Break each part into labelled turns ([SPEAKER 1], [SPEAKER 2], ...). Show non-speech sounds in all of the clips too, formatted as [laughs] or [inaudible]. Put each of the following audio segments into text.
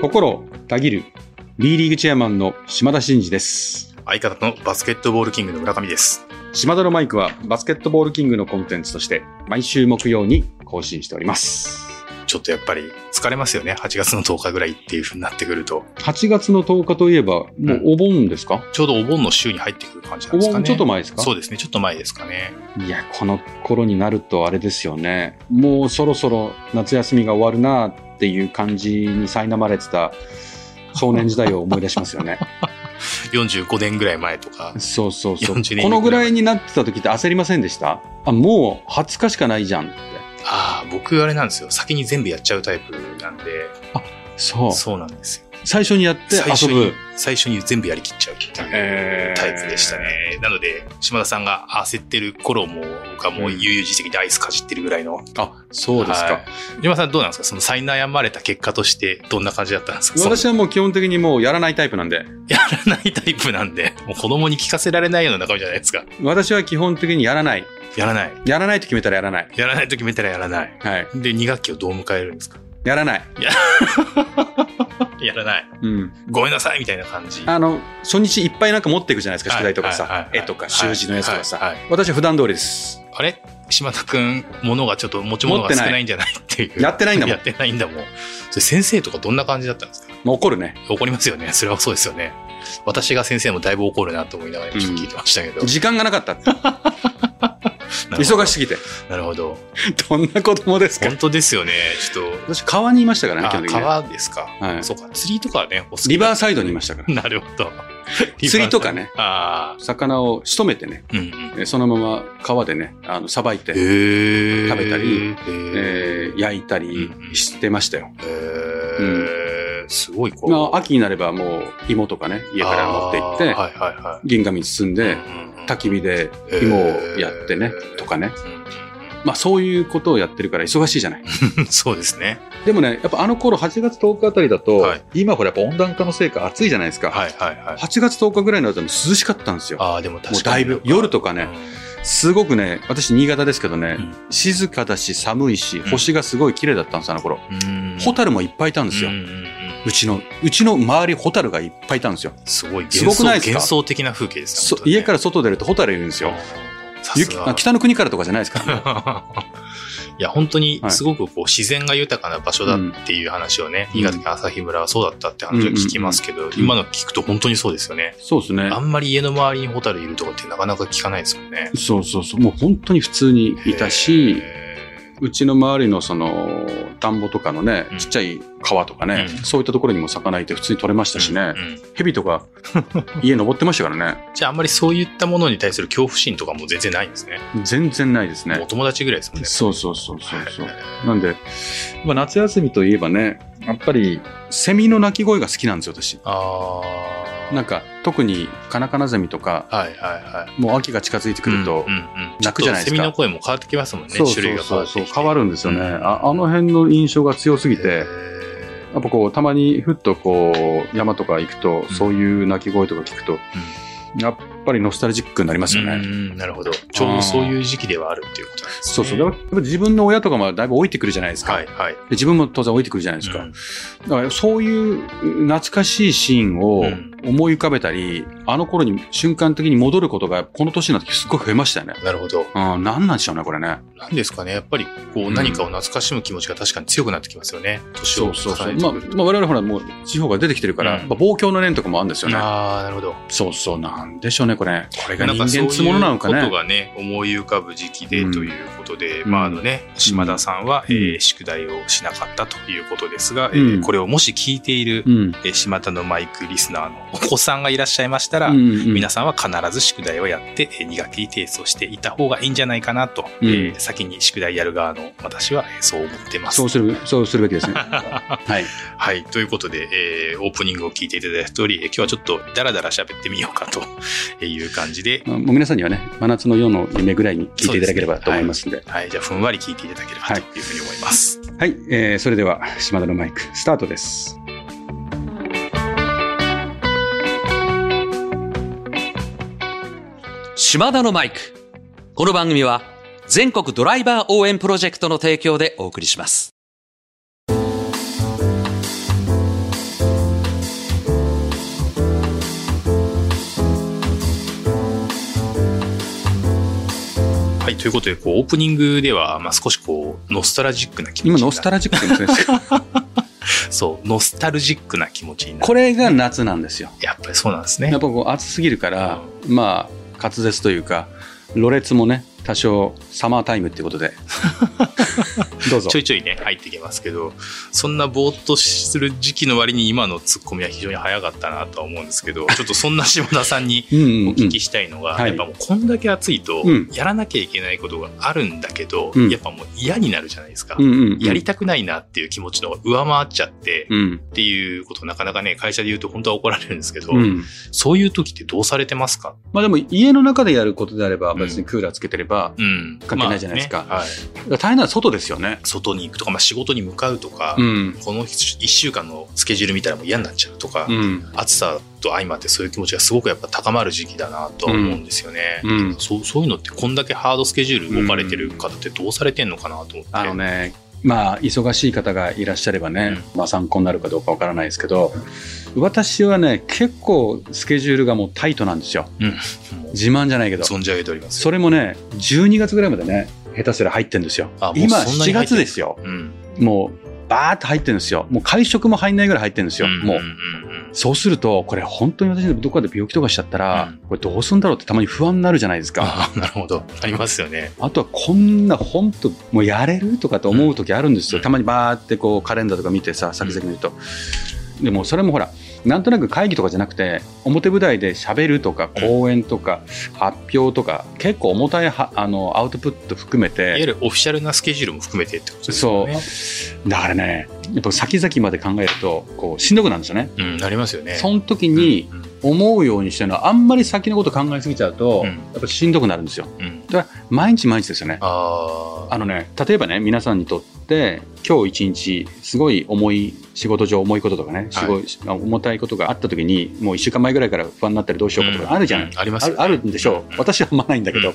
[SPEAKER 1] 心をたぎる B リーグチェアマンの島田真二です。
[SPEAKER 2] 相方のバスケットボールキングの村上です。
[SPEAKER 1] 島田のマイクはバスケットボールキングのコンテンツとして毎週木曜に更新しております。
[SPEAKER 2] ちょっとやっぱり疲れますよね。8月の10日ぐらいっていう風になってくると、
[SPEAKER 1] 8月の10日といえば、もうお盆ですか、
[SPEAKER 2] ちょうどお盆の週に入ってくる感じなんで
[SPEAKER 1] お
[SPEAKER 2] すか
[SPEAKER 1] 盆
[SPEAKER 2] ね。
[SPEAKER 1] ちょっと前ですか
[SPEAKER 2] そうですね。ちょっと前ですかね。
[SPEAKER 1] いや、この頃になるとあれですよね。もうそろそろ夏休みが終わるなっていう感じに苛まれてた少年時代を思い出しますよ
[SPEAKER 2] [laughs]
[SPEAKER 1] ね。
[SPEAKER 2] 45年ぐらい前とか。
[SPEAKER 1] そうそうそう。
[SPEAKER 2] 40年
[SPEAKER 1] このぐらいになってた時って焦りませんでしたあ、もう20日しかないじゃんって。
[SPEAKER 2] ああ、僕あれなんですよ。先に全部やっちゃうタイプなんで、
[SPEAKER 1] そう。
[SPEAKER 2] そうなんですよ。
[SPEAKER 1] 最初にやって
[SPEAKER 2] 最初
[SPEAKER 1] 遊
[SPEAKER 2] に
[SPEAKER 1] ぶ。、
[SPEAKER 2] 最初に全部やりきっちゃうってい
[SPEAKER 1] え
[SPEAKER 2] う
[SPEAKER 1] ー
[SPEAKER 2] タイプでしたね。なので、島田さんが焦ってる頃も、僕はもう悠々自適でアイスかじってるぐらいの。
[SPEAKER 1] あ、そうですか。
[SPEAKER 2] はい。島田さんどうなんですかその苛まれた結果として、どんな感じだったんですかその
[SPEAKER 1] 私はもう基本的にもうやらないタイプなんで、
[SPEAKER 2] やらないタイプなんで、もう子供に聞かせられないような中身じゃないですか。
[SPEAKER 1] 私は基本的にやらない。
[SPEAKER 2] やらない。
[SPEAKER 1] やらないと決めたらやらない。
[SPEAKER 2] やらないと決めたらやらない。
[SPEAKER 1] はい。
[SPEAKER 2] で、2学期をどう迎えるんですか
[SPEAKER 1] やらない。
[SPEAKER 2] やらない。
[SPEAKER 1] うん。
[SPEAKER 2] ごめんなさいみたいな感じ。
[SPEAKER 1] あの、初日いっぱいなんか持っていくじゃないですか、宿題とか
[SPEAKER 2] はいはい
[SPEAKER 1] さ
[SPEAKER 2] は、い
[SPEAKER 1] 絵とか、習字のやつとかさ。
[SPEAKER 2] はいはいはい
[SPEAKER 1] 私は普段通りです。
[SPEAKER 2] あれ島田くん、物がちょっと持ち物が少ないんじゃないっていう。
[SPEAKER 1] やってないんだもん
[SPEAKER 2] やってないんだもん。それ先生とかどんな感じだったんですか
[SPEAKER 1] もう怒るね。
[SPEAKER 2] 怒りますよね。それはそうですよね。私が先生もだいぶ怒るなと思いながらちょっと聞いてましたけど。
[SPEAKER 1] 時間がな
[SPEAKER 2] [laughs]
[SPEAKER 1] かったって。
[SPEAKER 2] なるほど
[SPEAKER 1] 忙しすぎて。
[SPEAKER 2] なるほど。
[SPEAKER 1] どんな子供ですか
[SPEAKER 2] 本当ですよね。ちょっ
[SPEAKER 1] 私、川にいましたからね、基
[SPEAKER 2] と。あ
[SPEAKER 1] 本、的にね。
[SPEAKER 2] 川ですか。
[SPEAKER 1] はい
[SPEAKER 2] そうか。釣りとかはね、お好き
[SPEAKER 1] リバー
[SPEAKER 2] ス
[SPEAKER 1] サイドにいましたから。
[SPEAKER 2] なるほど。
[SPEAKER 1] [laughs] 釣りとかね。
[SPEAKER 2] あ
[SPEAKER 1] 魚を仕留めてね、
[SPEAKER 2] あ、うんうん。
[SPEAKER 1] えそのまま川でね、あの、さばいて、
[SPEAKER 2] へえ
[SPEAKER 1] 食べたり、
[SPEAKER 2] へえ
[SPEAKER 1] えー焼いたりしてましたよ。
[SPEAKER 2] へーすごいこう。
[SPEAKER 1] まあ、秋になればもう芋とかね、家から持って行って、
[SPEAKER 2] あーはいはいは
[SPEAKER 1] 銀紙に包ん
[SPEAKER 2] い。
[SPEAKER 1] で、
[SPEAKER 2] うんうんうん
[SPEAKER 1] 焚き火で芋をやってね、
[SPEAKER 2] えー
[SPEAKER 1] とかね。
[SPEAKER 2] うんうん
[SPEAKER 1] まあそういうことをやってるから忙しいじゃない。
[SPEAKER 2] うん [laughs] そうですね。
[SPEAKER 1] でもね、やっぱあの頃8月10日あたりだと、
[SPEAKER 2] はい
[SPEAKER 1] 今ほらやっぱ温暖化のせいか暑いじゃないですか。
[SPEAKER 2] はいはいはい。
[SPEAKER 1] 8月10日ぐらいのともう涼しかったんですよ。
[SPEAKER 2] ああ、でも確かに。
[SPEAKER 1] もうだいぶ夜とかねすごくね、私新潟ですけどね、
[SPEAKER 2] うん
[SPEAKER 1] 静かだし寒いし、
[SPEAKER 2] ん
[SPEAKER 1] 星がすごい綺麗だったんです、あの頃。
[SPEAKER 2] うん。うん
[SPEAKER 1] ホタルもいっぱいいたんですよ。
[SPEAKER 2] う
[SPEAKER 1] うん
[SPEAKER 2] うんうん
[SPEAKER 1] ちの、うちの周りホタルがいっぱいいたんですよ。
[SPEAKER 2] すごい幻
[SPEAKER 1] す
[SPEAKER 2] 想
[SPEAKER 1] ごくないですか
[SPEAKER 2] 幻想的な風景です
[SPEAKER 1] そ
[SPEAKER 2] ね。
[SPEAKER 1] 家からら外出るとホタルいるんですよ。
[SPEAKER 2] さす
[SPEAKER 1] 雪あ
[SPEAKER 2] が。
[SPEAKER 1] 北の国からとかじゃないです
[SPEAKER 2] [laughs]
[SPEAKER 1] から、ね。
[SPEAKER 2] いや、本当に
[SPEAKER 1] はい
[SPEAKER 2] すごくこう自然が豊かな場所だっていう話をね、
[SPEAKER 1] うん
[SPEAKER 2] 新潟県朝日村はそうだったって話を聞きますけど、今の聞くと本当にそうですよね。
[SPEAKER 1] そうですね
[SPEAKER 2] あ。んまり家の周りにホタルいるとかってなかなか聞かないですもんね。
[SPEAKER 1] そうそうそう。もう本当に普通にいたし、
[SPEAKER 2] へ
[SPEAKER 1] うちの周りのその田んぼとかのね、
[SPEAKER 2] うん
[SPEAKER 1] ちっちゃい川とかね、
[SPEAKER 2] うん
[SPEAKER 1] そういったところにも魚いて普通に取れました
[SPEAKER 2] ー、
[SPEAKER 1] しね、
[SPEAKER 2] うんうん
[SPEAKER 1] 蛇と
[SPEAKER 2] [laughs]
[SPEAKER 1] か家登ってましたからね、
[SPEAKER 2] じゃああんまりそういったものに対する恐怖心とかも全然ないんですね。
[SPEAKER 1] 全然ないです
[SPEAKER 2] もうお
[SPEAKER 1] ね。
[SPEAKER 2] 友達ぐらいですもんね。
[SPEAKER 1] そうそうそうそうそう。
[SPEAKER 2] はい
[SPEAKER 1] なんで、まあ、夏休みといえばね、やっぱりセミの鳴き声が好きなんですよ、私。
[SPEAKER 2] あー
[SPEAKER 1] なんか特にカナカナゼミとか、
[SPEAKER 2] はいはいはい。
[SPEAKER 1] もう秋が近づいてくると、
[SPEAKER 2] うんうんうん
[SPEAKER 1] 泣くじゃないですか
[SPEAKER 2] ちょっとセミの声も変わってきますもんね。
[SPEAKER 1] そう
[SPEAKER 2] 種
[SPEAKER 1] そ
[SPEAKER 2] 類
[SPEAKER 1] う
[SPEAKER 2] が変
[SPEAKER 1] そ
[SPEAKER 2] わ
[SPEAKER 1] う
[SPEAKER 2] ってきて
[SPEAKER 1] そう、変わるんですよね。
[SPEAKER 2] うん
[SPEAKER 1] ああの辺の印象が強すぎて。
[SPEAKER 2] へー
[SPEAKER 1] やっぱこう、たまにふっとこう、山とか行くと、
[SPEAKER 2] うん
[SPEAKER 1] そういう鳴き声とか聞くと、やっぱりノスタルジックになりますよね。
[SPEAKER 2] うんなるほど。ちょうどそういう時期ではあるっていうことなんですね。
[SPEAKER 1] そうそう。やっぱやっぱ自分の親とかもだいぶ老いてくるじゃないですか。
[SPEAKER 2] はい
[SPEAKER 1] で
[SPEAKER 2] はい。
[SPEAKER 1] 自分も当然老いてくるじゃないですか。
[SPEAKER 2] うん
[SPEAKER 1] だからそういう懐かしいシーンを
[SPEAKER 2] うん
[SPEAKER 1] 思い浮かべたり、あの頃に瞬間的に戻ることが、この年になってすごい増えましたよね。
[SPEAKER 2] なるほど。
[SPEAKER 1] うん、なんなんでしょうね、これね。
[SPEAKER 2] なんですかね。やっぱり、こ
[SPEAKER 1] う
[SPEAKER 2] う、
[SPEAKER 1] ん
[SPEAKER 2] 何かを懐かしむ気持ちが確かに強くなってきますよね。年を重ねてくると。
[SPEAKER 1] まあ、まあ、我々ほらもう地方が出てきてるから、
[SPEAKER 2] うん
[SPEAKER 1] やっぱ望郷の念とかもあるんですよね。
[SPEAKER 2] ああ、なるほど。
[SPEAKER 1] そうそう、なんでしょうね、これ。これが
[SPEAKER 2] なん
[SPEAKER 1] 人
[SPEAKER 2] かそうい
[SPEAKER 1] 間
[SPEAKER 2] う
[SPEAKER 1] つものなのかね。
[SPEAKER 2] ことがね、思い浮かぶ時期で
[SPEAKER 1] うん
[SPEAKER 2] ということで、
[SPEAKER 1] うん
[SPEAKER 2] まああのね、島田さんは、
[SPEAKER 1] うん
[SPEAKER 2] えー宿題をしなかったということですが、え
[SPEAKER 1] うん
[SPEAKER 2] ーこれをもし聞いている、
[SPEAKER 1] うん。
[SPEAKER 2] えー島田のマイクリスナーのお子さんがいらっしゃいましたら、皆
[SPEAKER 1] 皆
[SPEAKER 2] さんは必ず宿題をやって、えー苦手に提出をしていた方がいいんじゃないかなと、
[SPEAKER 1] うん
[SPEAKER 2] えー先に宿題やる側の私は、えーそう思ってます。
[SPEAKER 1] そうする、そうするべきです
[SPEAKER 2] [laughs]
[SPEAKER 1] ね。はい。
[SPEAKER 2] はい。ということで、えーオープニングを聞いていただいた通り、えー今日はちょっとダラダラ喋ってみようかとえーいう感じで、
[SPEAKER 1] もう皆さんにはね、真夏の夜の夢ぐらいに聞いていただければと思いますんで。
[SPEAKER 2] はい。じゃあ、ふんわり聞いていただければ
[SPEAKER 1] はい
[SPEAKER 2] というふうに思います。
[SPEAKER 1] はい、えーそれでは、島田のマイク、スタートです。
[SPEAKER 3] 島田のマイク。この番組は全国ドライバー応援プロジェクトの提供でお送りします。
[SPEAKER 2] はい、ということで、こう、オープニングでは、まあ、少しこう、ノスタルジックな気持ち
[SPEAKER 1] 今
[SPEAKER 2] に
[SPEAKER 1] ノスタ
[SPEAKER 2] ル
[SPEAKER 1] ルジックって言うんです
[SPEAKER 3] [laughs]
[SPEAKER 1] けど
[SPEAKER 2] そう、ノスタルジックな気持ちになる。
[SPEAKER 1] これが夏なんですよ
[SPEAKER 2] やっぱりそうなんです
[SPEAKER 1] や
[SPEAKER 2] ね
[SPEAKER 1] っぱ。こう暑すぎるから、まあ滑舌というかろれつもね多少サマータイムっていう
[SPEAKER 3] [laughs]
[SPEAKER 1] ことでどうぞ
[SPEAKER 2] ちょいちょいね、入ってきますけど、そんなぼーっとする時期の割に今のツッコミは非常に早かったなとは思うんで
[SPEAKER 1] [laughs]
[SPEAKER 2] すけど、ちょっとそんな下田さんに
[SPEAKER 1] うんうん
[SPEAKER 2] お
[SPEAKER 1] うん
[SPEAKER 2] 聞きしたいのが、
[SPEAKER 1] はい
[SPEAKER 2] やっぱもうこんだけ暑いと、
[SPEAKER 1] うん
[SPEAKER 2] やらなきゃいけないことがあるんだけど、
[SPEAKER 1] うん
[SPEAKER 2] やっぱもう嫌になるじゃないですか。
[SPEAKER 1] うんうんうん
[SPEAKER 2] やりたくないなっていう気持ちの方が上回っちゃって、
[SPEAKER 1] うん
[SPEAKER 2] っていうことなかなかね、会社で言うと本当は怒られるんですけど、
[SPEAKER 1] うん
[SPEAKER 2] そういう時ってどうされてますか
[SPEAKER 1] まあでも家の中でやることであれば別にクーラーつけてれば、
[SPEAKER 2] うん。
[SPEAKER 1] 関係ないじゃないですか
[SPEAKER 2] まあねはい。
[SPEAKER 1] 大変なのは外ですよね
[SPEAKER 2] 外に行くとか、まあ、仕事に向かうとか、
[SPEAKER 1] うん
[SPEAKER 2] この1週間のスケジュール見たらもう嫌になっちゃうとか、
[SPEAKER 1] うん
[SPEAKER 2] 暑さと相まってそういう気持ちがすごくやっぱ高まる時期だなとは思うんですよね、
[SPEAKER 1] うん
[SPEAKER 2] そうそういうのってこんだけハードスケジュール動かれてる方ってどうされてんのかなと思って、
[SPEAKER 1] あのねまあ忙しい方がいらっしゃればね、まあ参考になるかどうかわからないですけど私はね結構スケジュールがもうタイトなんですよ
[SPEAKER 2] もう
[SPEAKER 1] 自慢じゃないけど
[SPEAKER 2] 存じ上げております
[SPEAKER 1] それもね12月ぐらいまでね下手すら入ってんですよ
[SPEAKER 2] あもう
[SPEAKER 1] 今
[SPEAKER 2] そんなに
[SPEAKER 1] 7
[SPEAKER 2] 入って
[SPEAKER 1] 月
[SPEAKER 2] る
[SPEAKER 1] ですよ
[SPEAKER 2] うん
[SPEAKER 1] もうバーって入ってるんですよもう会食も入んないぐらい入ってるんですよ、
[SPEAKER 2] ん
[SPEAKER 1] もう
[SPEAKER 2] うんうん
[SPEAKER 1] そうするとこれ本当に私どこかで病気とかしちゃったら、
[SPEAKER 2] うん
[SPEAKER 1] これどうすんだろうってたまに不安になるじゃないですか
[SPEAKER 2] ああなるほどありますよね
[SPEAKER 1] あとはこんな本当もうやれるとかと思う時あるんですよ、
[SPEAKER 2] うん
[SPEAKER 1] たまにバーってこうカレンダーとか見てさ先々見ると、でもそれもほらなんとなく会議とかじゃなくて表舞台でしゃべるとか
[SPEAKER 2] うん
[SPEAKER 1] 講演とか発表とか結構重たいはあのアウトプット含め
[SPEAKER 2] いわ
[SPEAKER 1] て
[SPEAKER 2] ゆるオフィシャルなスケジュールも含めてってことです
[SPEAKER 1] そ
[SPEAKER 2] よ
[SPEAKER 1] う
[SPEAKER 2] ね
[SPEAKER 1] だからねやっぱ先々まで考えるとこうしんどくなるんですよね。
[SPEAKER 2] う、ん、なりますよね
[SPEAKER 1] その時に、
[SPEAKER 2] うん
[SPEAKER 1] 思うようにしてるのはあんまり先のこと考えすぎちゃうと、
[SPEAKER 2] うん
[SPEAKER 1] やっぱしんどくなるんですよ
[SPEAKER 2] うんうん
[SPEAKER 1] だから毎日毎日ですよね
[SPEAKER 2] あ
[SPEAKER 1] あのね例えばね皆さんにとって今日一日すごい重い仕事上重いこととかね、すごい重たいことがあった時にもう1週間前ぐらいから不安になったりどうしようかとかあるじゃない、
[SPEAKER 2] うんうんありま
[SPEAKER 1] あ
[SPEAKER 2] すよね
[SPEAKER 1] るあるんでしょう、私はあんまないんだけど、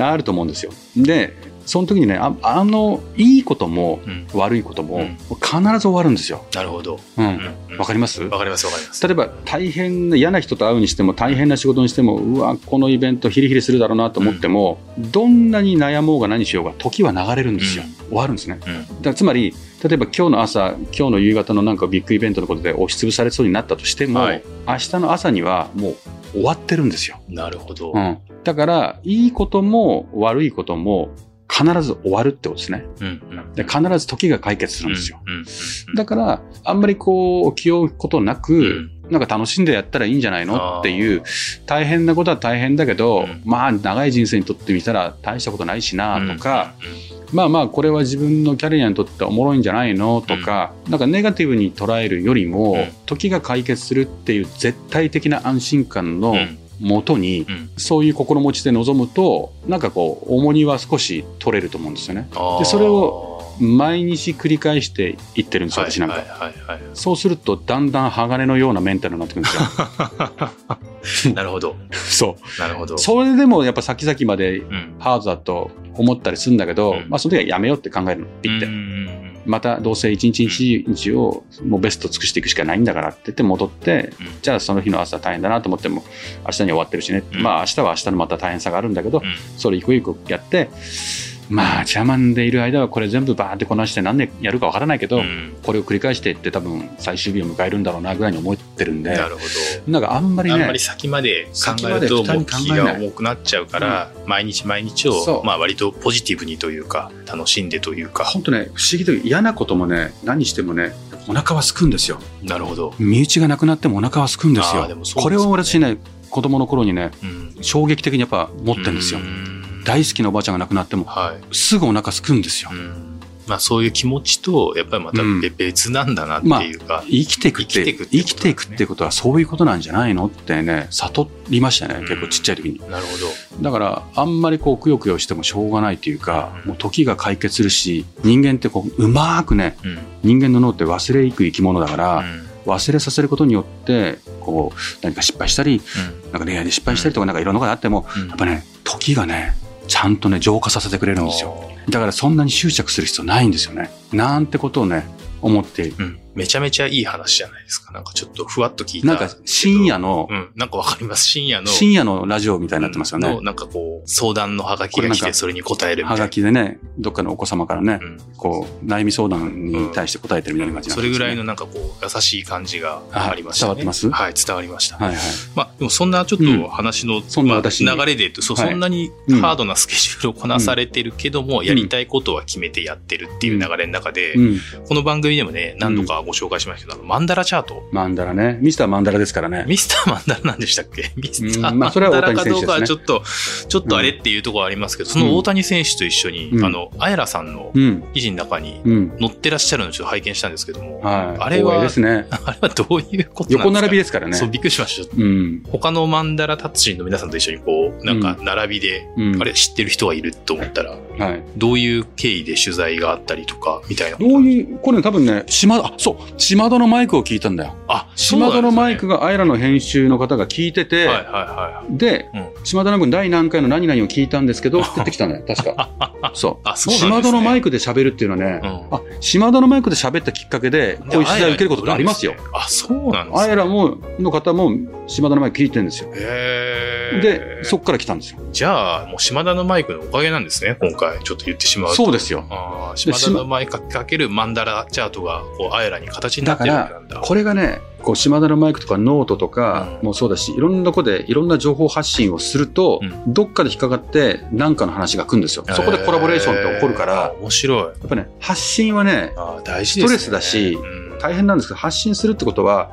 [SPEAKER 1] あると思うんですよでその時にねああのいいことも
[SPEAKER 2] うんうんうんうん
[SPEAKER 1] 悪いことも
[SPEAKER 2] うん
[SPEAKER 1] 必ず終わるんですよ、
[SPEAKER 2] なるほど
[SPEAKER 1] うん
[SPEAKER 2] うん
[SPEAKER 1] わ、
[SPEAKER 2] うん
[SPEAKER 1] かります
[SPEAKER 2] わかりますわかります
[SPEAKER 1] 例えば大変な嫌な人と会うにしても大変な仕事にしてもうわこのイベントヒリヒリするだろうなと思っても、どんなに悩もうが何しようが時は流れるんですよ、
[SPEAKER 2] うん
[SPEAKER 1] 終わるんですね
[SPEAKER 2] う
[SPEAKER 1] だ
[SPEAKER 2] ん
[SPEAKER 1] からつまり例えば今日の朝今日の夕方のなんかビッグイベントのことで押しつぶされそうになったとしても、
[SPEAKER 2] はい
[SPEAKER 1] 明日の朝にはもう終わってるんですよ、
[SPEAKER 2] なるほ
[SPEAKER 1] う
[SPEAKER 2] ど、うん
[SPEAKER 1] ん、だからいいことも悪いことも必ず終わるってことですね
[SPEAKER 2] うん、
[SPEAKER 1] で必ず時が解決するんですよ、
[SPEAKER 2] うんうんうんうん
[SPEAKER 1] だからあんまりこう気負うことなく、
[SPEAKER 2] うん
[SPEAKER 1] なんか楽しんでやったらいいんじゃないのっていう
[SPEAKER 2] あ
[SPEAKER 1] 大変なことは大変だけど、
[SPEAKER 2] うん
[SPEAKER 1] まあ長い人生にとってみたら大したことないしなとか、、
[SPEAKER 2] うんうんうん
[SPEAKER 1] まあまあこれは自分のキャリアにとっておもろいんじゃないのとか、なんかネガティブに捉えるよりも、
[SPEAKER 2] うん
[SPEAKER 1] 時が解決するっていう絶対的な安心感の
[SPEAKER 2] うん
[SPEAKER 1] もとに、
[SPEAKER 2] うん
[SPEAKER 1] そういう心持ちで臨むとなんかこう重荷は少し取れると思うんですよね。でそれを毎日繰り返していってるんですよ、私なんか、
[SPEAKER 2] はいはいはいは
[SPEAKER 1] そうするとだんだん鋼のようなメンタルになってくるん
[SPEAKER 2] [laughs]
[SPEAKER 1] ですよ。
[SPEAKER 2] い、なるほど
[SPEAKER 1] そう
[SPEAKER 2] なるほど
[SPEAKER 1] それでもやっぱ先々まで
[SPEAKER 2] うん
[SPEAKER 1] ハードだと思ったりするんだけど、
[SPEAKER 2] うん
[SPEAKER 1] まあその時はやめようって考えるのピッて、
[SPEAKER 2] うんうんうん
[SPEAKER 1] またどうせ一日一日をもうベスト尽くしていくしかないんだからって言って戻って、
[SPEAKER 2] うん
[SPEAKER 1] じゃあその日の朝大変だなと思っても明日には終わってるしね、
[SPEAKER 2] うん
[SPEAKER 1] まあ明日は明日のまた大変さがあるんだけど、
[SPEAKER 2] うん
[SPEAKER 1] それ一個一個やってまあ邪魔んでいる間はこれ全部バーってこなして何年やるかわからないけど、
[SPEAKER 2] うん
[SPEAKER 1] これを繰り返していって多分最終日を迎えるんだろうなぐらいに思ってるんで
[SPEAKER 2] なるほど
[SPEAKER 1] なんかあんまり
[SPEAKER 2] あ
[SPEAKER 1] ね
[SPEAKER 2] んまり先まで考える
[SPEAKER 1] 先まで
[SPEAKER 2] ともう
[SPEAKER 1] 負担
[SPEAKER 2] 気
[SPEAKER 1] 考えな
[SPEAKER 2] が
[SPEAKER 1] い
[SPEAKER 2] 重くなっちゃうから、毎日毎日
[SPEAKER 1] そ
[SPEAKER 2] を
[SPEAKER 1] う
[SPEAKER 2] まあ割とポジティブにというか楽しんでというか
[SPEAKER 1] 本当ね不思議と嫌なこともね何してもねお腹はすくんですよ
[SPEAKER 2] なるほど、
[SPEAKER 1] 身内がなくなってもお腹はすくんです
[SPEAKER 2] あ
[SPEAKER 1] よ
[SPEAKER 2] ーでもそうですね
[SPEAKER 1] これを私ね子供の頃にね
[SPEAKER 2] うん、
[SPEAKER 1] 衝撃的にやっぱ持ってるんですよ
[SPEAKER 2] うん
[SPEAKER 1] 大好きなおばあちゃんが亡くなっても
[SPEAKER 2] はい
[SPEAKER 1] すぐお腹すくんですよ
[SPEAKER 2] うんまあ、そういう気持ちとやっぱりまた
[SPEAKER 1] うん
[SPEAKER 2] べ別なんだなっていうか、
[SPEAKER 1] 生きていくって
[SPEAKER 2] 生きていく
[SPEAKER 1] 生きて
[SPEAKER 2] ってこと
[SPEAKER 1] いくってことはそういうことなんじゃないのってね悟りましたね
[SPEAKER 2] うん
[SPEAKER 1] 結構ちっちゃい時に
[SPEAKER 2] なるほど
[SPEAKER 1] だからあんまりこうくよくよしてもしょうがないというか
[SPEAKER 2] うん
[SPEAKER 1] もう時が解決するし人間ってこううまーくね
[SPEAKER 2] うん、うん
[SPEAKER 1] 人間の脳って忘れいく生き物だから、忘れさせることによってこう何か失敗したりなんか恋愛で失敗したりとかなんかいろんなことがあっても
[SPEAKER 2] うん
[SPEAKER 1] やっぱね時がねちゃんとね浄化させてくれるんですよだからそんなに執着する必要ないんですよねなんてことをね思って
[SPEAKER 2] うんめちゃめちゃいい話じゃないですか。なんかちょっとふわっと聞いた。
[SPEAKER 1] なんか深夜の
[SPEAKER 2] う、ん、なんかわかります。深夜の。
[SPEAKER 1] 深夜のラジオみたいになってますよね
[SPEAKER 2] の。なんかこう、相談のハガキが来
[SPEAKER 1] これなん
[SPEAKER 2] て、
[SPEAKER 1] か
[SPEAKER 2] それに答えるみた
[SPEAKER 1] はい
[SPEAKER 2] な。
[SPEAKER 1] がきでね、どっかのお子様からね
[SPEAKER 2] う、ん。
[SPEAKER 1] こう、悩み相談に対して答えてるみたいな感じなん
[SPEAKER 2] そ
[SPEAKER 1] です
[SPEAKER 2] れ
[SPEAKER 1] ね
[SPEAKER 2] ぐらいのなんかこう、優しい感じがありました、ね
[SPEAKER 1] はい伝わってます
[SPEAKER 2] はい、伝わりました。
[SPEAKER 1] はいはい。
[SPEAKER 2] まあ、でもそんなちょっ
[SPEAKER 1] うん
[SPEAKER 2] と話の、
[SPEAKER 1] そんな
[SPEAKER 2] まあ
[SPEAKER 1] 私に
[SPEAKER 2] 流れで言うと、そう、
[SPEAKER 1] はい
[SPEAKER 2] そんなにハードなスケジュールをこなされてるけども、やりたいことは決めてやってるっていう流れの中で、
[SPEAKER 1] うん。
[SPEAKER 2] この番組でもね、何度かご紹介しましたけど、あのマンダラチャート。
[SPEAKER 1] マンダラね。ミスターマンダラですからね。
[SPEAKER 2] ミスターマンダラなんでしたっけミスタ
[SPEAKER 1] ま
[SPEAKER 2] ーマ
[SPEAKER 1] あそれ
[SPEAKER 2] ン
[SPEAKER 1] は
[SPEAKER 2] ダ
[SPEAKER 1] 大
[SPEAKER 2] ラ
[SPEAKER 1] 谷
[SPEAKER 2] か
[SPEAKER 1] 選手
[SPEAKER 2] どうかは
[SPEAKER 1] です
[SPEAKER 2] ち
[SPEAKER 1] ね
[SPEAKER 2] ょっと、ちょっとあれっていうところはありますけど、その大谷選手と一緒に、
[SPEAKER 1] うん
[SPEAKER 2] あの、アエラさんの
[SPEAKER 1] うん。
[SPEAKER 2] 記事の中に
[SPEAKER 1] うん。
[SPEAKER 2] 載ってらっしゃるのをちょっと拝見したんですけども、
[SPEAKER 1] はい。
[SPEAKER 2] あれは
[SPEAKER 1] 光栄ですね。
[SPEAKER 2] あれはどういうことなんですか
[SPEAKER 1] 横並びですからね
[SPEAKER 2] そ。う、びっくりしました。
[SPEAKER 1] うん。
[SPEAKER 2] 他のマンダラ達人の皆さんと一緒にこう、なんか並びで、
[SPEAKER 1] うん。
[SPEAKER 2] あれ知ってる人がいると思ったら、
[SPEAKER 1] はい。
[SPEAKER 2] どういう経緯で取材があったりとか、みたいな。
[SPEAKER 1] どういう、これ多分ね、島、あ、そう、島田のマイクを聞いたんだよ。
[SPEAKER 2] あ、
[SPEAKER 1] 島田のマイク
[SPEAKER 2] が。
[SPEAKER 1] がアイラの編集の方が聞いてて、
[SPEAKER 2] はいはいはい。
[SPEAKER 1] で、
[SPEAKER 2] う
[SPEAKER 1] 島田の君第何回の何々を聞いたんです
[SPEAKER 2] [laughs]
[SPEAKER 1] けど、送ってきたんだよ、確か。そう。
[SPEAKER 2] あ、そうな
[SPEAKER 1] 島
[SPEAKER 2] んですね。
[SPEAKER 1] 田のマイクで喋るっていうのはね、
[SPEAKER 2] うん
[SPEAKER 1] あ、島田のマイクで喋ったきっかけで、こういう取材を受けることってありますよ。。
[SPEAKER 2] あ、そうなんです
[SPEAKER 1] アイ
[SPEAKER 2] ね。
[SPEAKER 1] ラも、の方も島田のマイク聞いてるんですよ。
[SPEAKER 2] へー
[SPEAKER 1] で、そっから来たんですよ。
[SPEAKER 2] じゃあ、もう島田のマイクのおかげなんですね、今回。ちょっと言ってしまうと。
[SPEAKER 1] そうですよ。
[SPEAKER 2] あー島田のマイクかけるマンダラチャートが、こう、アイラに形にな
[SPEAKER 1] だ
[SPEAKER 2] っ
[SPEAKER 1] か
[SPEAKER 2] てるわけな
[SPEAKER 1] ら
[SPEAKER 2] んだ。、
[SPEAKER 1] これがね、こう島田のマイクとかノートとか
[SPEAKER 2] うん
[SPEAKER 1] もそうだし、いろんなとこでいろんな情報発信をすると、
[SPEAKER 2] う
[SPEAKER 1] どっかで引っかかって何かの話が来るんですよ。そこでコラボレーションって起こるから、
[SPEAKER 2] へーあ面白い。
[SPEAKER 1] やっぱね、発信はね、
[SPEAKER 2] あー大事
[SPEAKER 1] ス
[SPEAKER 2] ですね。
[SPEAKER 1] トレスだし
[SPEAKER 2] うん
[SPEAKER 1] 大変なんですけど、発信するってことは、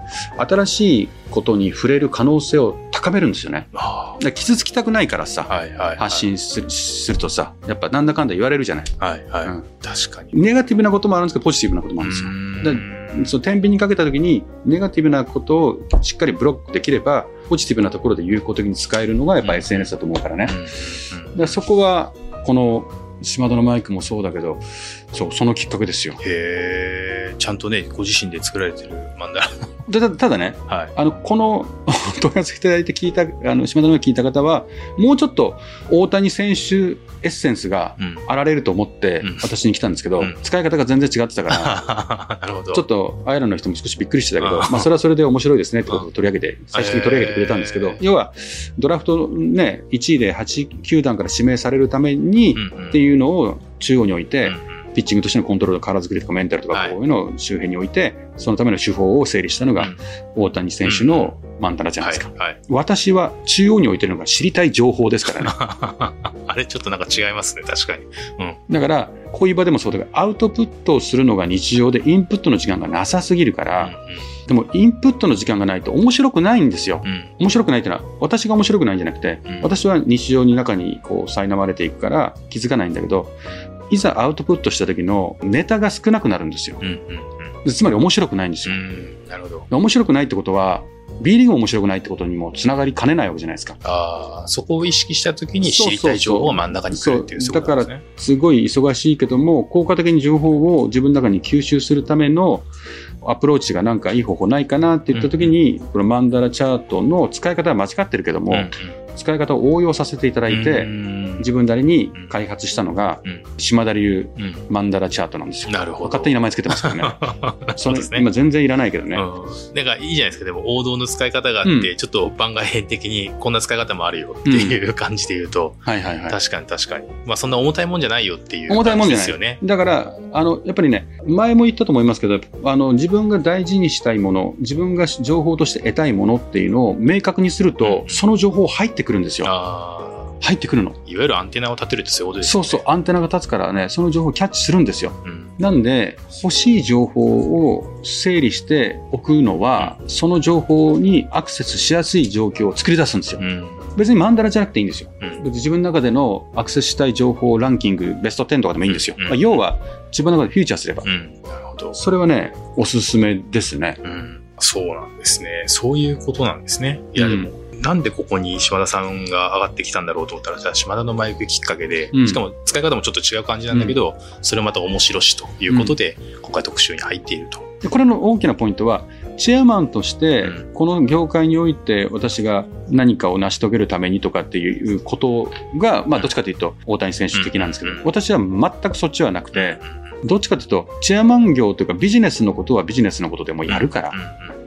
[SPEAKER 1] 新しいことに触れる可能性を高めるんですよね。
[SPEAKER 2] あ
[SPEAKER 1] だから傷つきたくないから
[SPEAKER 2] ー
[SPEAKER 1] さ、
[SPEAKER 2] はいはいはい。
[SPEAKER 1] 発信するするとさ、やっぱなんだかんだ言われるじゃない。
[SPEAKER 2] はいはい。
[SPEAKER 1] うん
[SPEAKER 2] 確かに。
[SPEAKER 1] ネガティブなこともあるんですけど、ポジティブなこともあるんですよ。
[SPEAKER 2] うん
[SPEAKER 1] その天秤にかけた時にネガティブなことをしっかりブロックできればポジティブなところで有効的に使えるのがやっぱ
[SPEAKER 2] うん
[SPEAKER 1] SNS だと思うからね、だか
[SPEAKER 2] うんうん
[SPEAKER 1] らそこはこの島田のマイクもそうだけどそうそのきっかけですよ
[SPEAKER 2] へえ、ちゃんとね、ご自身で作られてるマンダラ。
[SPEAKER 1] でたただね
[SPEAKER 2] [laughs] はい。
[SPEAKER 1] あのこの [laughs] お問い合わせいただいて聞いたあの島田のマイク聞いた方はもうちょっと大谷選手エッセンスが
[SPEAKER 2] うん。 [laughs]
[SPEAKER 1] あられると思って
[SPEAKER 2] うん
[SPEAKER 1] 私に来たんですけど、
[SPEAKER 2] うん
[SPEAKER 1] 使い方が全然違ってたから
[SPEAKER 2] [laughs] なるほど。
[SPEAKER 1] ちょっとアイランドの人も少しびっくりしてたけど、
[SPEAKER 2] あ
[SPEAKER 1] まあ、それはそれで面白いですねってことを取り上げて、最終的に取り上げてくれたんですけ
[SPEAKER 2] え
[SPEAKER 1] ど
[SPEAKER 2] ー、
[SPEAKER 1] 要はドラフト、ね、1位で8球団から指名されるために
[SPEAKER 2] っ
[SPEAKER 1] って
[SPEAKER 2] う
[SPEAKER 1] いうのを中央に置い
[SPEAKER 2] んう
[SPEAKER 1] て
[SPEAKER 2] ん、、
[SPEAKER 1] ピッチングとしてのコントロール、体作りとかメンタルと
[SPEAKER 2] は
[SPEAKER 1] か
[SPEAKER 2] い
[SPEAKER 1] こういうのを周辺に置いて、そのための手法を整理したの
[SPEAKER 2] う
[SPEAKER 1] が
[SPEAKER 2] ん
[SPEAKER 1] 大谷選手のマンタナじゃない
[SPEAKER 2] はい
[SPEAKER 1] ですか。
[SPEAKER 2] はい。 [laughs]
[SPEAKER 1] 私は中央に置いてるのが知りたい情報ですからね。
[SPEAKER 2] あれちょっとなんか違いますね、確かに。
[SPEAKER 1] だから、こういう場でもそうだけど、アウトプットをするのが日常でインプットの時間がなさすぎるから、でもインプットの時間がないと面白くないんですよ。
[SPEAKER 2] うんうん
[SPEAKER 1] 面白くないってのは私が面白くないんじゃなくて、
[SPEAKER 2] うん
[SPEAKER 1] 私は日常に中にこう苛まれていくから気づかないんだけどいざアウトプットした時のネタが少なくなるんですよ
[SPEAKER 2] うんうんうん
[SPEAKER 1] でつまり面白くないんです
[SPEAKER 2] う
[SPEAKER 1] よ、
[SPEAKER 2] ん。なるほど。
[SPEAKER 1] 面白くないってことは B リーグも面白くないってことにもつながりかねないわけじゃないですか
[SPEAKER 2] ああ、そこを意識したときに知りたい情報を真ん中に来るっていう、
[SPEAKER 1] そう
[SPEAKER 2] そういうことですね。
[SPEAKER 1] すごい忙しいけども効果的に情報を自分の中に吸収するためのアプローチがなんかいい方法ないかなって言った時に、このマンダラチャートの使い方は間違ってるけども、使い方を応用させていただいて、
[SPEAKER 2] うん
[SPEAKER 1] 自分なりに開発したのが、
[SPEAKER 2] うん
[SPEAKER 1] 島田流
[SPEAKER 2] うん
[SPEAKER 1] マンダラチャートなんですよ。
[SPEAKER 2] なるほど。
[SPEAKER 1] 勝手に名前つけてますから
[SPEAKER 2] [laughs]
[SPEAKER 1] ね。そ
[SPEAKER 2] そう
[SPEAKER 1] れ
[SPEAKER 2] ですね
[SPEAKER 1] 今全然いらないけどね。
[SPEAKER 2] うん、なんかいいじゃないですか、でも王道の使い方があって、
[SPEAKER 1] う
[SPEAKER 2] ちょっと番外編的にこんな使い方もあるよっていう感じで言うと、
[SPEAKER 1] はいはいはい。
[SPEAKER 2] 確かに確かに。まあそんな重たいもんじゃないよっていう
[SPEAKER 1] 重たい
[SPEAKER 2] 感
[SPEAKER 1] もん
[SPEAKER 2] じ
[SPEAKER 1] じ
[SPEAKER 2] で
[SPEAKER 1] ゃ
[SPEAKER 2] す
[SPEAKER 1] な
[SPEAKER 2] よ
[SPEAKER 1] い。
[SPEAKER 2] ね。
[SPEAKER 1] だから、あの、やっぱりね、前も言ったと思いますけど、あの、自分が大事にしたいもの、自分が情報として得たいものっていうのを明確にすると、
[SPEAKER 2] うん
[SPEAKER 1] その情報入ってくるんですよ。
[SPEAKER 2] ああ、
[SPEAKER 1] 入ってくるの。
[SPEAKER 2] いわゆるアンテナを立てるってそういうことです
[SPEAKER 1] そ
[SPEAKER 2] よ
[SPEAKER 1] う
[SPEAKER 2] ね。
[SPEAKER 1] そう、アンテナが立つからね、その情報をキャッチするんですよ。
[SPEAKER 2] うん。
[SPEAKER 1] なんで、欲しい情報を整理しておくのは、その情報にアクセスしやすい状況を作り出すんですよ
[SPEAKER 2] う。ん。
[SPEAKER 1] 別にマンダラじゃなくていいんですよ。
[SPEAKER 2] うん
[SPEAKER 1] 別に自分の中でのアクセスしたい情報ランキングベスト10とかでもいいんですよ。
[SPEAKER 2] うんうん
[SPEAKER 1] まあ要は、自分の中でフューチャーすれば。
[SPEAKER 2] うん。なるほど。
[SPEAKER 1] それはね、おすすめですね。
[SPEAKER 2] うん。そうなんですね。そういうことなんですね。いやでも、なんでここに島田さんが上がってきたんだろうと思ったら、じゃあ島田のマイクきっかけで、
[SPEAKER 1] うん
[SPEAKER 2] しかも使い方もちょっと違う感じなんだけど、それまた面白しということで、今回特集に入っていると。
[SPEAKER 1] でこれの大きなポイントは、チェアマンとして
[SPEAKER 2] う、
[SPEAKER 1] この業界において私が何かを成し遂げるためにとかっていうことが、まあどっちかというと大谷選手的なんですけど
[SPEAKER 2] うん、
[SPEAKER 1] 私は全くそっちはなくて、
[SPEAKER 2] うん
[SPEAKER 1] どっちかというと、チェアマン業というかビジネスのことはビジネスのことでもやるから、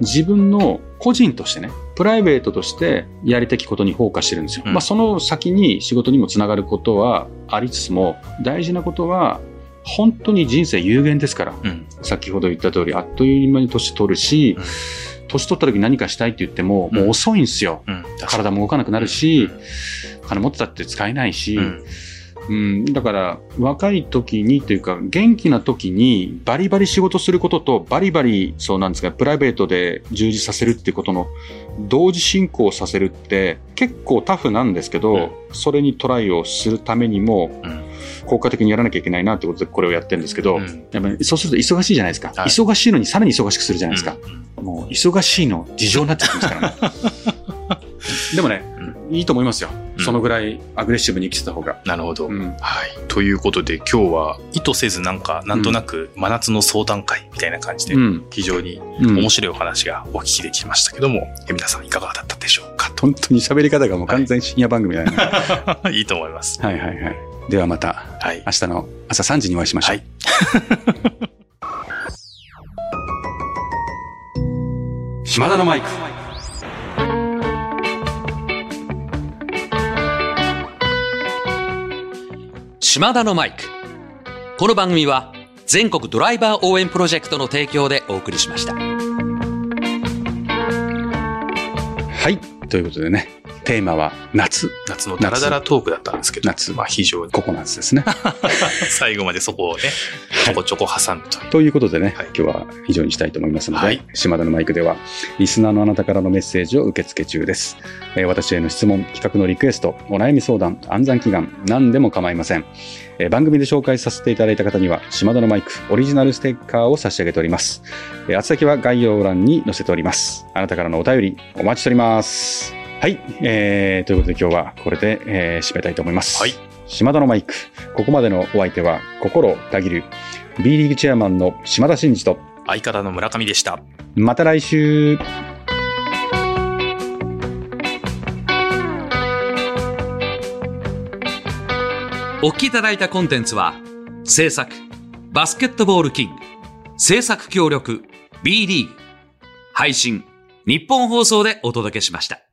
[SPEAKER 1] 自分の個人としてね、プライベートとしてやりたきことにフォーカスしてるんですよ。
[SPEAKER 2] うん
[SPEAKER 1] まあその先に仕事にもつながることはありつつも、大事なことは、本当に人生有限ですから、
[SPEAKER 2] うんうん
[SPEAKER 1] 先ほど言った通り、あっという間に年取るし
[SPEAKER 2] うん、
[SPEAKER 1] 年取った時何かしたいって言っても、
[SPEAKER 2] うん
[SPEAKER 1] もう遅いんですよ。
[SPEAKER 2] うん、
[SPEAKER 1] 体も動かなくなるし、金持ってたって使えないし、
[SPEAKER 2] うん
[SPEAKER 1] うん、だから若い時にというか元気な時にバリバリ仕事することとバリバリそうなんですがプライベートで充実させるっていうことの同時進行させるって結構タフなんですけど、
[SPEAKER 2] うん
[SPEAKER 1] それにトライをするためにも
[SPEAKER 2] うん
[SPEAKER 1] 効果的にやらなきゃいけないなってことでこれをやってるんですけど、
[SPEAKER 2] うん
[SPEAKER 1] やっぱりそうすると忙しいじゃないですか、
[SPEAKER 2] はい
[SPEAKER 1] 忙しいのにさらに忙しくするじゃないですか、
[SPEAKER 2] うん
[SPEAKER 1] もう忙しいの事情になってきます
[SPEAKER 2] [laughs]
[SPEAKER 1] からね。でもね、いいと思いますよ。
[SPEAKER 2] うん
[SPEAKER 1] そのぐらいアグレッシブに生きてた方が。
[SPEAKER 2] なるほど、
[SPEAKER 1] うん
[SPEAKER 2] はい。ということで今日は意図せずなんかなんとなく真夏の相談会みたいな感じで
[SPEAKER 1] うん。
[SPEAKER 2] 非常に
[SPEAKER 1] うん
[SPEAKER 2] 面白いお話がお聞きできましたけども、え皆さんいかがだったでしょうか
[SPEAKER 1] 本当に喋り方がもう完全に深夜番組だよね。は
[SPEAKER 2] といいと思います。
[SPEAKER 1] いはいはい。ではまた
[SPEAKER 2] はい。
[SPEAKER 1] 明日の朝3時にお会いしましょう。
[SPEAKER 3] [laughs]
[SPEAKER 2] はい
[SPEAKER 4] 島田のマイク。
[SPEAKER 3] 島田のマイク。この番組は全国ドライバー応援プロジェクトの提供でお送りしました。
[SPEAKER 1] はい。ということでね、テーマは夏、
[SPEAKER 2] 夏のダラダラトークだったんですけど、
[SPEAKER 1] 夏
[SPEAKER 2] まあ非常に
[SPEAKER 1] ココナッツですね。
[SPEAKER 2] 最後までそこをね、ちょこちょこ挟むという。
[SPEAKER 1] ということでね、
[SPEAKER 2] はい
[SPEAKER 1] 今日は以上にしたいと思いますので、
[SPEAKER 2] はい
[SPEAKER 1] 島田のマイクでは、リスナーのあなたからのメッセージを受け付け中です。えー私への質問、企画のリクエスト、お悩み相談、暗算祈願、何でも構いません。えー番組で紹介させていただいた方には、島田のマイク、オリジナルステッカーを差し上げております。えー、宛先は概要欄に載せております。あなたからのお便り、お待ちしております。はい、えー、ということで今日はこれで、えー締めたいと思います。
[SPEAKER 2] はい
[SPEAKER 1] 島田のマイク、ここまでのお相手は、心をたぎる B リーグチェアマンの島田真二と、
[SPEAKER 2] 相方の村上でした。
[SPEAKER 1] また来週
[SPEAKER 3] お聞きいただいたコンテンツは、制作、バスケットボールキング、制作協力、B リーグ、配信、日本放送でお届けしました。